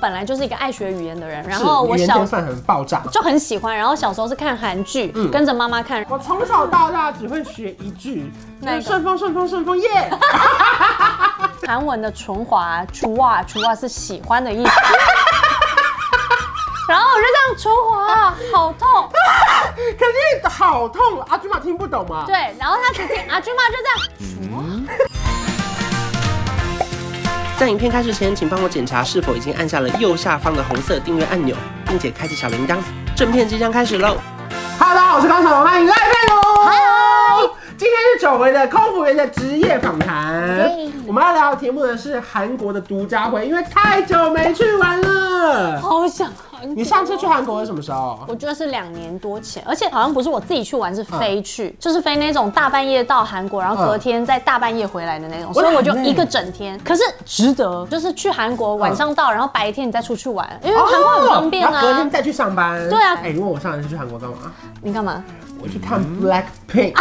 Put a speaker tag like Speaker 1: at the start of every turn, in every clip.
Speaker 1: 本来就是一个爱学语言的人，然后我
Speaker 2: 语言
Speaker 1: 小
Speaker 2: 天分很爆炸。
Speaker 1: 就很喜欢，然后小时候是看韩剧，
Speaker 2: 嗯
Speaker 1: 跟着妈妈看。
Speaker 2: 我从小到大只会学一句，
Speaker 1: 哪一
Speaker 2: 那
Speaker 1: 个
Speaker 2: 顺风顺风顺风耶。
Speaker 1: 韩文的纯华、纯哇、纯哇是喜欢的意思。 然后我就这样纯华，好痛。
Speaker 2: 可是好痛，啊阿君玛听不懂吗？
Speaker 1: 对，然后他只听阿舅妈就这样。
Speaker 3: 在影片开始前，请帮我检查是否已经按下了右下方的红色订阅按钮，并且开启小铃铛。正片即将开始喽！
Speaker 2: 哈喽，大家好，我是高小龙，欢迎赖佩龙。Hello，今天是久违的空服员的职业访谈。我们要聊的题目呢是韩国的独家回，因为太久没去玩了。
Speaker 1: 好想韩国
Speaker 2: 你上次去韩国是什么时候？
Speaker 1: 我觉得是两年多前，而且好像不是我自己去玩，是飞去，
Speaker 2: 嗯
Speaker 1: 就是飞那种大半夜到韩国，然后隔天再大半夜回来的那种，所以我就一个整天。可是值得，就是去韩国晚上到，然后白天你再出去玩，因为韩国很方便
Speaker 2: 哦然后隔天
Speaker 1: 啊。
Speaker 2: 再去上班。
Speaker 1: 对啊
Speaker 2: 哎、你问我上一次去韩国干嘛？
Speaker 1: 你干嘛？
Speaker 2: 我去看
Speaker 1: 嗯
Speaker 2: Black Pink。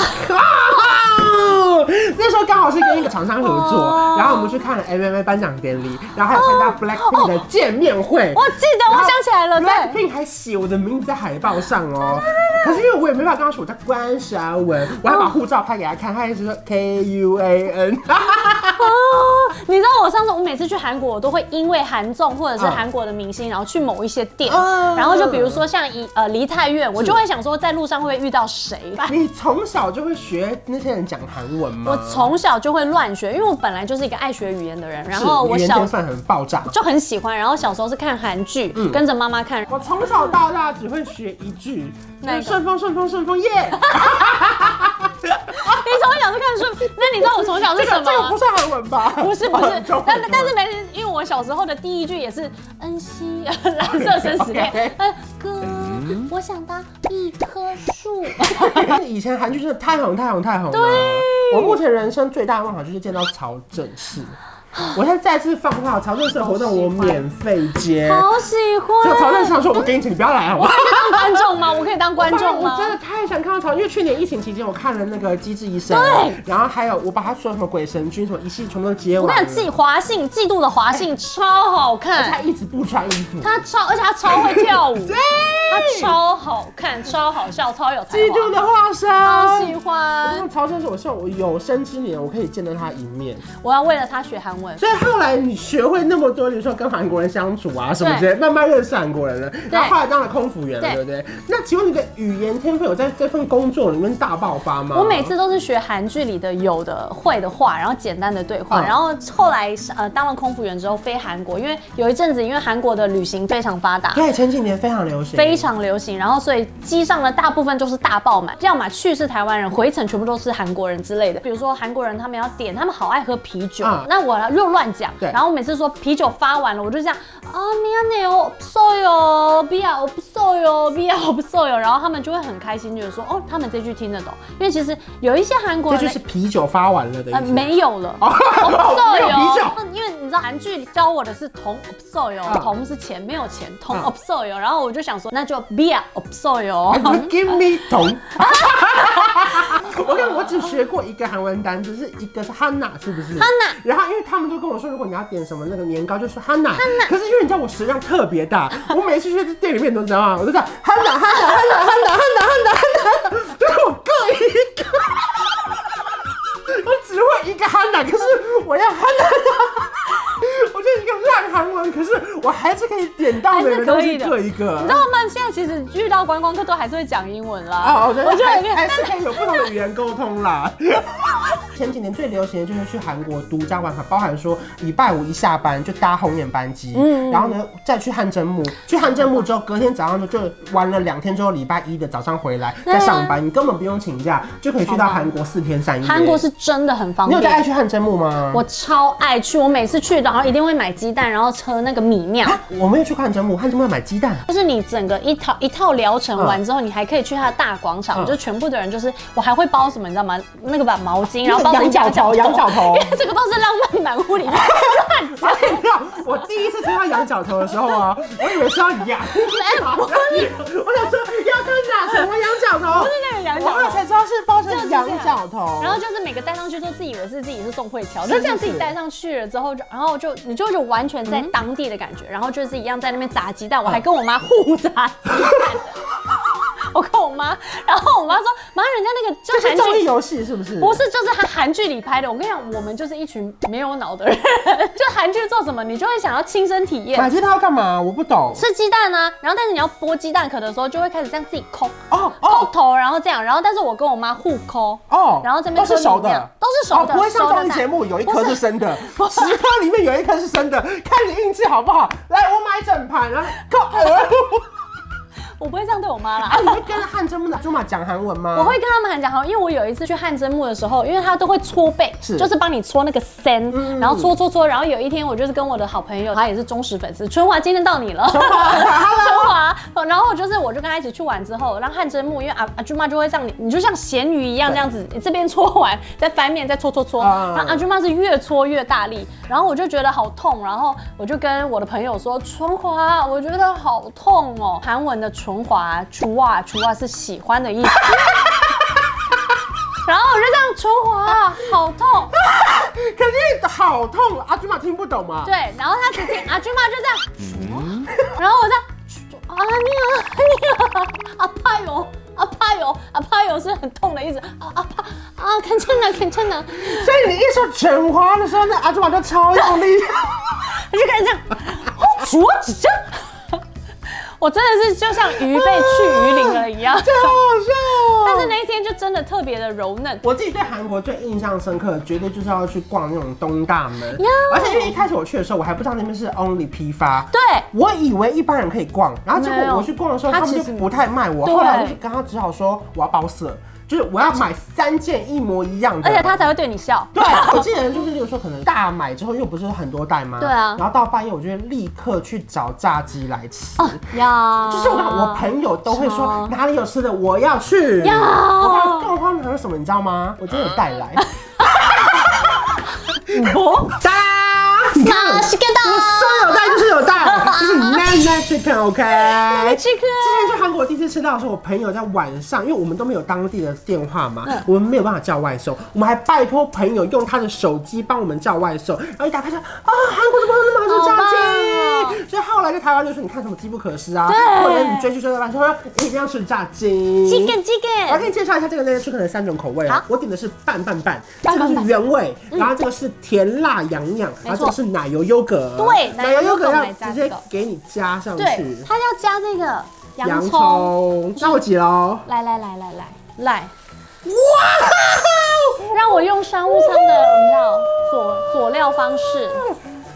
Speaker 2: 那时候刚好是跟一个厂商合作，然后我们去看了 MMA 颁奖典礼，然后还有参加 Black Pink 的见面会。
Speaker 1: 我记得，哦我想起来了，
Speaker 2: Black
Speaker 1: 对，
Speaker 2: Pink 还写我的名字在海报上哦。可是因为我也没办法跟他说我叫关韶文，我还把护照拍给他看，他一直说 K U A N。
Speaker 1: 哦，你知道我上次，我每次去韩国，我都会因为韩综或者是韩国的明星，然后去某一些店，
Speaker 2: 嗯
Speaker 1: 然后就比如说像一呃梨泰院，我就会想说在路上会不会遇到谁。
Speaker 2: 你从小就会学那些人讲韩文吗？
Speaker 1: 我从小就会乱学，因为我本来就是一个爱学语言的人，然
Speaker 2: 是
Speaker 1: 后
Speaker 2: 语
Speaker 1: 我
Speaker 2: 言
Speaker 1: 小
Speaker 2: 天分嗯很爆炸。
Speaker 1: 就很喜欢，然后小时候是看韩剧，跟着妈妈看。
Speaker 2: 我从小到大只会学一句，
Speaker 1: 哪一个
Speaker 2: 顺风顺风顺风耶。
Speaker 1: 你哎从小就看书，那你知道我 从小是
Speaker 2: 这
Speaker 1: 什
Speaker 2: 个这个不
Speaker 1: 么？
Speaker 2: 是韩文吧？，
Speaker 1: 不是不是
Speaker 2: 中文
Speaker 1: 但但是没人，因为我小时候的第一句也是恩熙 蓝色生死恋
Speaker 2: 嗯 OK，嗯
Speaker 1: 呃哥，我想当一棵树。
Speaker 2: 以前韩剧真的太红太红太红了。我目前人生最大的梦想就是见到曹正 奭。我现在再次放话，曹正奭的活动我免费接。
Speaker 1: 好喜
Speaker 2: 就曹正
Speaker 1: 欢，
Speaker 2: 奭说：“我跟你请，你不要来好不好
Speaker 1: 当观众吗？我可以当观众
Speaker 2: 我
Speaker 1: 吗？
Speaker 2: 真的太想看到曹，因为去年疫情期间我看了那个《机智医生》，
Speaker 1: 对，
Speaker 2: 然后还有我把他说什么鬼神君什么一系全部都接
Speaker 1: 我跟
Speaker 2: 完
Speaker 1: 你
Speaker 2: 了
Speaker 1: 讲，季华信，季度的华信超好看
Speaker 2: 他。一直不穿衣服。
Speaker 1: 他超，而且他超会跳舞， 他超好看，超好笑，超有才
Speaker 2: 基督
Speaker 1: 华，
Speaker 2: 的化身，
Speaker 1: 超喜
Speaker 2: 那
Speaker 1: 欢。
Speaker 2: 曹正奭，我希望我有生之年我可以见到他一面。
Speaker 1: 我要为了他学韩文。
Speaker 2: 所以后来你学会那么多，比如说跟韩国人相处啊什么之类，慢慢认识韩国人了，然后后来当了空服员了，
Speaker 1: 对
Speaker 2: 对不对？那请问你的语言天分有在这份工作里面大爆发吗？
Speaker 1: 我每次都是学韩剧里的有的会的话，然后简单的对话，
Speaker 2: 嗯
Speaker 1: 然后后来呃当了空服员之后飞韩国，因为有一阵子因为韩国的旅行非常发达，
Speaker 2: 对前几年非常流行，
Speaker 1: 非常流行，然后所以机上的大部分就是大爆满，要么去是台湾人，回程全部都是韩国人之类的。比如说韩国人他们要点，他们好爱喝啤酒，
Speaker 2: 嗯
Speaker 1: 那我又乱讲，
Speaker 2: 对
Speaker 1: 然后我每次说啤酒发完了，我就这样啊，미안해요없어요비야없어요비야없어요，然后他们就会很开心，就是说哦，他们这句听得懂，因为其实有一些韩国
Speaker 2: 这
Speaker 1: 人
Speaker 2: 就是啤酒发完了的意
Speaker 1: 呃，
Speaker 2: 思。
Speaker 1: 没有了，
Speaker 2: 哦 没有啤酒
Speaker 1: 哦因为你知道韩剧教我的是同 obso 哟，
Speaker 2: 嗯
Speaker 1: 同是钱，没有钱，同
Speaker 2: 嗯
Speaker 1: obso 哟。然后我就想说，那就 beer obso 哟
Speaker 2: 哎。不是 give me 桶。我跟你我只学过一个韩文单词，是一个是 Hanna，是不是
Speaker 1: Hanna
Speaker 2: 然后因为他们都跟我说，如果你要点什么那个年糕，就说 Hanna。可是因为你知道我食量特别 大，我每次去这店里面，你都知道吗？我都在 Hanna Hanna Hanna Hanna Hanna Hanna Hanna，就是我各一个。我只会一个 Hanna，可是我要 Hanna。我就是一个烂韩文，可是我还是可以点到每个东
Speaker 1: 还是可以
Speaker 2: 西
Speaker 1: 的
Speaker 2: 各一个。
Speaker 1: 你知道吗？现在其实遇到观光客都还是会讲英文啦。
Speaker 2: 哦，对，
Speaker 1: 我觉得有
Speaker 2: 还还
Speaker 1: 点。
Speaker 2: 是可以有不同的语言沟通啦。 前几年最流行的就是去韩国独家玩法，包含说礼拜五一下班就搭红眼班机，然后呢再去汗蒸木，去汗蒸木之后，隔天早上就玩了两天之后，礼拜一的早上回来再上班，你根本不用请假就可以去到韩国四天三夜。
Speaker 1: 韩国，是真的很方
Speaker 2: 你有在爱
Speaker 1: 便。
Speaker 2: 去汗蒸木吗？
Speaker 1: 我超爱去，我每次去，然后一定会买鸡蛋，然后喝那个米酿。
Speaker 2: 啊我没有去过汗蒸木，汗蒸木要买鸡蛋。
Speaker 1: 就是你整个一套一套疗程完之后，你还可以去他的大广场，
Speaker 2: 嗯
Speaker 1: 就全部的人就是我还会包什么，你知道吗？那个把毛巾，然后包是
Speaker 2: 羊角头，羊角头
Speaker 1: 因。为这个包是浪漫满屋里面乱 讲。
Speaker 2: 我第一次听到羊角头的时候啊， 我以为是要羊，
Speaker 1: 哎
Speaker 2: 我想说要看哪什么羊角头，
Speaker 1: 不是那个羊角头
Speaker 2: 我后来才知道是包成羊角头，
Speaker 1: 然后就是每个戴上去都自以为是自己是宋慧乔，就这样自己戴上去了之后就，然后就你就就完全
Speaker 2: 嗯
Speaker 1: 在当地的感觉，然后就是一样在那边砸鸡蛋，我还跟我妈互砸鸡蛋。我跟我妈，然后我妈说：“妈，人家那个就
Speaker 2: 这是
Speaker 1: 韩
Speaker 2: 综艺
Speaker 1: 剧
Speaker 2: 游戏是不是？
Speaker 1: 不是，就是他韩剧里拍的。我跟你讲，我们就是一群没有脑的人， 就韩剧做什么，你就会想要亲身体验
Speaker 2: 买。这套干嘛？我不懂。
Speaker 1: 吃鸡蛋啊，然后但是你要剥鸡蛋壳的时候，就会开始这样自己抠
Speaker 2: 哦
Speaker 1: 抠
Speaker 2: 哦
Speaker 1: 头，然后这样，然后但是我跟我妈互抠，
Speaker 2: 哦
Speaker 1: 然后这边
Speaker 2: 都是熟
Speaker 1: 这样
Speaker 2: 的，
Speaker 1: 都是熟的
Speaker 2: 哦不会像
Speaker 1: 熟的
Speaker 2: 综艺节目有一颗
Speaker 1: 不
Speaker 2: 是
Speaker 1: 是
Speaker 2: 生的，十颗里面有一颗是生的，看你运气好不好。来，我买整盘，然后够 呃。
Speaker 1: 我不会这样对我妈啦
Speaker 2: 啊，。你会跟汉真木的猪马讲韩文吗？
Speaker 1: 我会跟他们很讲好，因为我有一次去汗蒸木的时候，因为他都会搓背，
Speaker 2: 是嗯
Speaker 1: 就是帮你搓那个森，然后搓搓搓，然后有一天我就是跟我的好朋友，他也是忠实粉丝，春华，今天到你了，春 华，然后就是我就跟他一起去玩之后，然后汗蒸木，因为阿阿舅妈就会让你，你就像咸鱼一样
Speaker 2: 对
Speaker 1: 这样子，这边搓完再翻面再搓搓搓，
Speaker 2: 啊
Speaker 1: 然后阿舅妈是越搓越大力，然后我就觉得好痛，然后我就跟我的朋友说，春华，我觉得好痛哦，韩文的春华，春华，春华是喜欢的意思。 然后我就这样春华，好痛。
Speaker 2: 肯定好痛，阿猪马听不懂嘛。
Speaker 1: 对，然后他只听阿舅妈就这样， 然后我这样啊你啊你啊，阿怕哟阿怕哟阿怕哟是很痛的意思，啊啊怕啊，看真的看真的，
Speaker 2: 所以你一说全花的时候，那阿猪马就超用力。
Speaker 1: 我就开始这样，哦我左几下。 我真的是就像鱼被去鱼鳞了一样，
Speaker 2: 这好好笑哦！
Speaker 1: 但是那一天就真的特别的柔嫩。
Speaker 2: 我自己对韩国最印象深刻，绝对就是要去逛那种东大门
Speaker 1: 呀。
Speaker 2: 而且因为一开始我去的时候，我还不知道那边是 only 批发。
Speaker 1: 对，
Speaker 2: 我以为一般人可以逛，然后结
Speaker 1: 没
Speaker 2: 果
Speaker 1: 有
Speaker 2: 我去逛的时候，
Speaker 1: 他
Speaker 2: 他们就
Speaker 1: 其实
Speaker 2: 不太卖我。
Speaker 1: 对
Speaker 2: 后来我就跟他只好说我要包色，就是我要买三件一模一样的。
Speaker 1: 而且他才会对你笑。
Speaker 2: 对，我记得就是，例如说，可能大买之后，因为不是很多袋吗？
Speaker 1: 对啊
Speaker 2: 然后到半夜，我就会立刻去找炸鸡来吃。
Speaker 1: 呀，
Speaker 2: 就是我看我朋友都会说哪里有吃的，我要去。
Speaker 1: 呀
Speaker 2: 我看到更荒唐的是什么，你知道吗？我真的有带来。
Speaker 1: 哦，
Speaker 2: 哒啦！你看
Speaker 1: 马西干
Speaker 2: 我
Speaker 1: 达，
Speaker 2: 说有带就是有带，就是 man man chicken，OK。
Speaker 1: 哎这个
Speaker 2: 之前去韩国第一次吃到的时候，我朋友在晚上，因为我们都没有当地的电话嘛，
Speaker 1: 嗯
Speaker 2: 我们没有办法叫外送，我们还拜托朋友用他的手机帮我们叫外送，然后一打开说啊，韩国怎么有那么好吃炸鸡？所以后来在台湾就说你看什么鸡不可失啊，
Speaker 1: 哦对
Speaker 2: 或者你追剧追到半说一定要吃炸鸡。
Speaker 1: 这个哎这
Speaker 2: 我要
Speaker 1: 个
Speaker 2: 给你介绍一下这个 Nature 的三种口味啊
Speaker 1: 好。
Speaker 2: 我点的是拌拌拌，这
Speaker 1: 拌
Speaker 2: 个
Speaker 1: 拌拌
Speaker 2: 是原味，然后这个是甜辣洋洋，然后这个是奶油优格。
Speaker 1: 对
Speaker 2: 奶油优
Speaker 1: 奶油优格
Speaker 2: 格要
Speaker 1: 来加
Speaker 2: 直
Speaker 1: 这
Speaker 2: 接
Speaker 1: 个
Speaker 2: 给你加上
Speaker 1: 对
Speaker 2: 去，。
Speaker 1: 它要加这个洋葱，
Speaker 2: 葱，那我挤喽。
Speaker 1: 来来来来来来，哇！让我用商务舱的你知道佐佐料方式，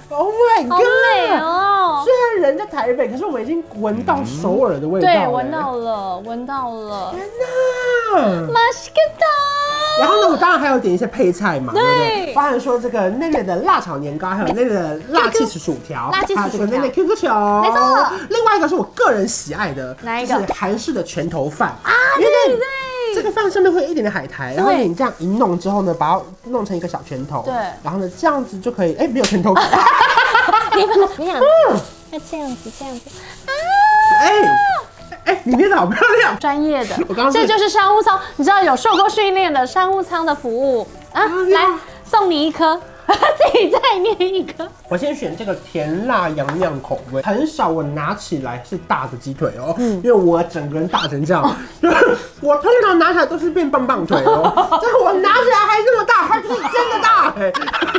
Speaker 2: Oh my
Speaker 1: 好美
Speaker 2: god！
Speaker 1: 哦！
Speaker 2: 虽然人在台北，可是我已经闻到首尔的味道了。
Speaker 1: 对，闻到了，闻到了，
Speaker 2: 天哪！
Speaker 1: 马西干达，
Speaker 2: 然后呢，我当然还有点一些配菜嘛，对
Speaker 1: 对
Speaker 2: 不对？包含说这个内内的辣炒年糕，还有内内的辣
Speaker 1: QQ
Speaker 2: 气死薯条，
Speaker 1: 辣气
Speaker 2: 还有这
Speaker 1: 薯
Speaker 2: 个内
Speaker 1: 条
Speaker 2: 内 QQ 球，
Speaker 1: 没错。
Speaker 2: 另外一个是我个人喜爱的，
Speaker 1: 哪一
Speaker 2: 就
Speaker 1: 个
Speaker 2: 是韩式的拳头饭啊，因为那个
Speaker 1: 对
Speaker 2: 这个饭上面会有一点点海苔，然后
Speaker 1: 对
Speaker 2: 你这样一弄之后呢，把它弄成一个小拳头，
Speaker 1: 对
Speaker 2: 然后呢，这样子就可以，哎，没有拳头，
Speaker 1: 你们你 想，那这样子这样子，啊
Speaker 2: 哎哎，你捏的好漂亮。
Speaker 1: 专业的
Speaker 2: 我刚刚，是
Speaker 1: 这就是商务舱，你知道有受过训练的商务舱的服务啊！
Speaker 2: 呀
Speaker 1: 来送你一颗，自己再捏一颗。
Speaker 2: 我先选这个甜辣洋洋口味，很少我拿起来是大的鸡腿哦，因为我整个人大成这样， 我通常拿起来都是变棒棒腿哦，这个我拿起来还这么大，它就是真的大哎、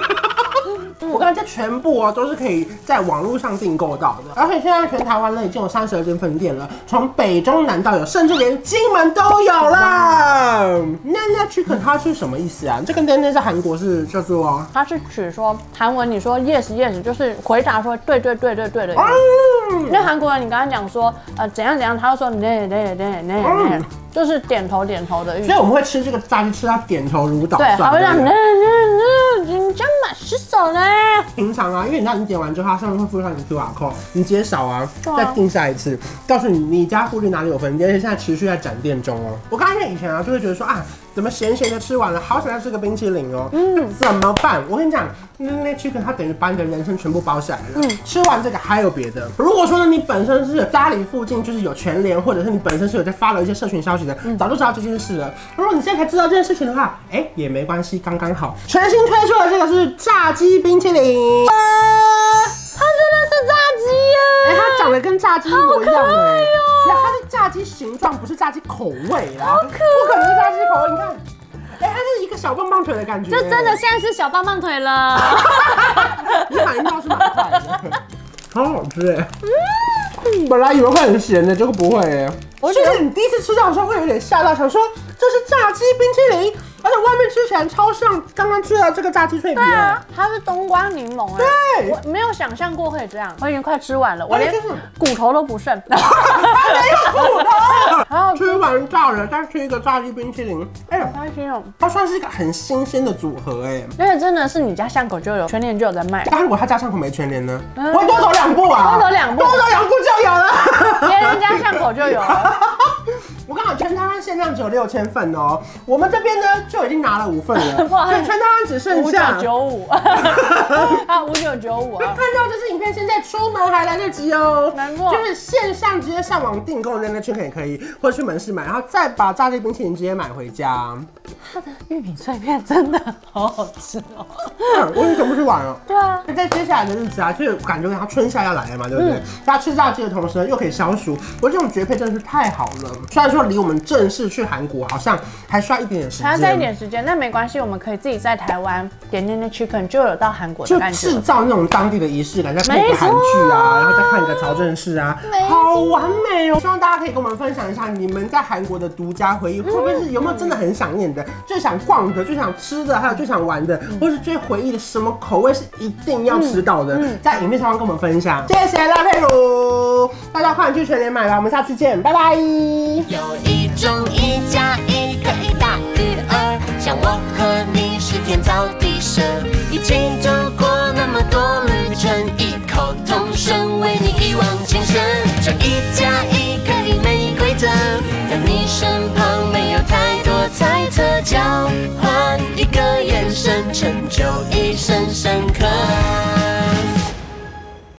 Speaker 2: 我刚才这全部哦都是可以在网络上订购到的，而且现在全台湾呢已经有三十二间分店了，从北中南到有，甚至连金门都有了。那那 chicken 它是什么意思啊？这个那那在韩国是叫做
Speaker 1: 它是指说韩文，你说 yes yes 就是回答说对对对对对的意思。
Speaker 2: 嗯
Speaker 1: 因为韩国人，你刚才讲说呃怎样怎样，他就说对对对对
Speaker 2: 嗯，
Speaker 1: 就是点头点头的意思
Speaker 2: 所以。我们会吃这个炸鸡，吃到点头如捣
Speaker 1: 对，还
Speaker 2: 蒜。
Speaker 1: 会让
Speaker 2: 对
Speaker 1: 你
Speaker 2: 不
Speaker 1: 那
Speaker 2: 对
Speaker 1: 那那，你真蛮失手呢。
Speaker 2: 平常啊，因为你知道你点完之后，它上面会附上你的 QR code，你直接扫啊，
Speaker 1: 对啊
Speaker 2: 再订下一次，告诉你你家附近哪里有分店，而且现在持续在展店中哦。我刚才以前啊就会觉得说啊，怎么咸咸的吃完了，好想要吃个冰淇淋哦，嗯，怎么办？我跟你讲，那那 chicken 它等于把你的人生全部包下来了。嗯，吃完这个还有别的。如果说呢，你本身是家里附近就是有全联，或者是你本身是有在发了一些社群消息的，
Speaker 1: 嗯
Speaker 2: 早就知道这件事了。如果你现在才知道这件事情的话，哎、也没关系，刚刚好。全新推出的这个是炸鸡冰淇淋。
Speaker 1: 它真的是炸鸡耶！
Speaker 2: 哎、它长得跟炸鸡一模一样
Speaker 1: 好可爱
Speaker 2: 哎、
Speaker 1: 哦
Speaker 2: 然后它是炸鸡形状，不是炸鸡口味啦，不可能是炸鸡口味。你看，哎、它是一个小棒棒腿的感觉，
Speaker 1: 这真的，现在是小棒棒腿了，
Speaker 2: 你反应倒是蛮快的， 好好吃哎、嗯本来以为会很咸的，结果不会哎、我觉得你第一次吃到的时候会有点吓到，想说这是炸鸡冰淇淋，而且外面吃起来超像刚刚吃的这个炸鸡脆 皮、
Speaker 1: 对
Speaker 2: 哎
Speaker 1: 啊，它是冬瓜柠檬哎，
Speaker 2: 对
Speaker 1: 我没有想象过会这样，哎我已经快吃完了，我连
Speaker 2: 就是
Speaker 1: 骨头都不 剩，
Speaker 2: 没有苦
Speaker 1: 好
Speaker 2: 的，
Speaker 1: 好吃
Speaker 2: 吃完炸了，再吃一个炸鸡冰淇淋，哎、
Speaker 1: 开心哦！
Speaker 2: 它算是一个很新鲜的组合哎、
Speaker 1: 而且真的是你家巷口就有，全年就有在卖，
Speaker 2: 但如果他家巷口没全联呢？
Speaker 1: 嗯
Speaker 2: 我多走两步啊！
Speaker 1: 多走两步
Speaker 2: 多走两步就有了。
Speaker 1: 别人家巷口就有了，
Speaker 2: 我刚好全台湾限量只有六千份哦，我们这边呢就已经拿了五份了，
Speaker 1: 哇
Speaker 2: 所以全台湾只 剩
Speaker 1: 五
Speaker 2: 下
Speaker 1: 九。九五，啊 五九九五啊，
Speaker 2: 看到这支影片，现在出门还来得及哦。
Speaker 1: 难过
Speaker 2: 就是线上直接上网订购，那那圈也可以，或者去门市买，然后再把炸鸡冰淇淋直接买回家。
Speaker 1: 玉米脆片真的好好吃哦，
Speaker 2: 嗯我也全部吃完了。
Speaker 1: 对啊，
Speaker 2: 那在接下来的日子啊，就是感觉它春夏要来了嘛，对不对？
Speaker 1: 嗯
Speaker 2: 大家吃炸鸡的同时呢，又可以消暑，我觉得这种绝配真的是太好了。虽然说离我们正式去韩国好像还需要一点点时间，
Speaker 1: 还要再一点时间，那没关系，我们可以自己在台湾点那那 chicken 就有到韩国的
Speaker 2: 就
Speaker 1: 感觉
Speaker 2: 制
Speaker 1: 了。
Speaker 2: 造那种当地的仪式感，再配个韩剧啊，然后再看个曹正奭啊，好完美哦！希望大家可以跟我们分享一下你们在韩国的独家回忆，
Speaker 1: 嗯
Speaker 2: 会不会是有没有真的很想念的、最想逛的、最想吃的，还有最想玩的，
Speaker 1: 嗯
Speaker 2: 或是最回忆的什么口味是一定要吃到
Speaker 1: 嗯
Speaker 2: 的，在影片上方跟我们分享。谢谢赖佩如，大家快点去全联买吧，我们下次见，拜拜。
Speaker 4: 有一种一加一可以大于二，像我和你是天造地设，一起走过那么多旅程，异口同声为你一往情深。这一加一可以没规则，在你身旁没有太多猜测，交换一个眼神，成就一生深刻。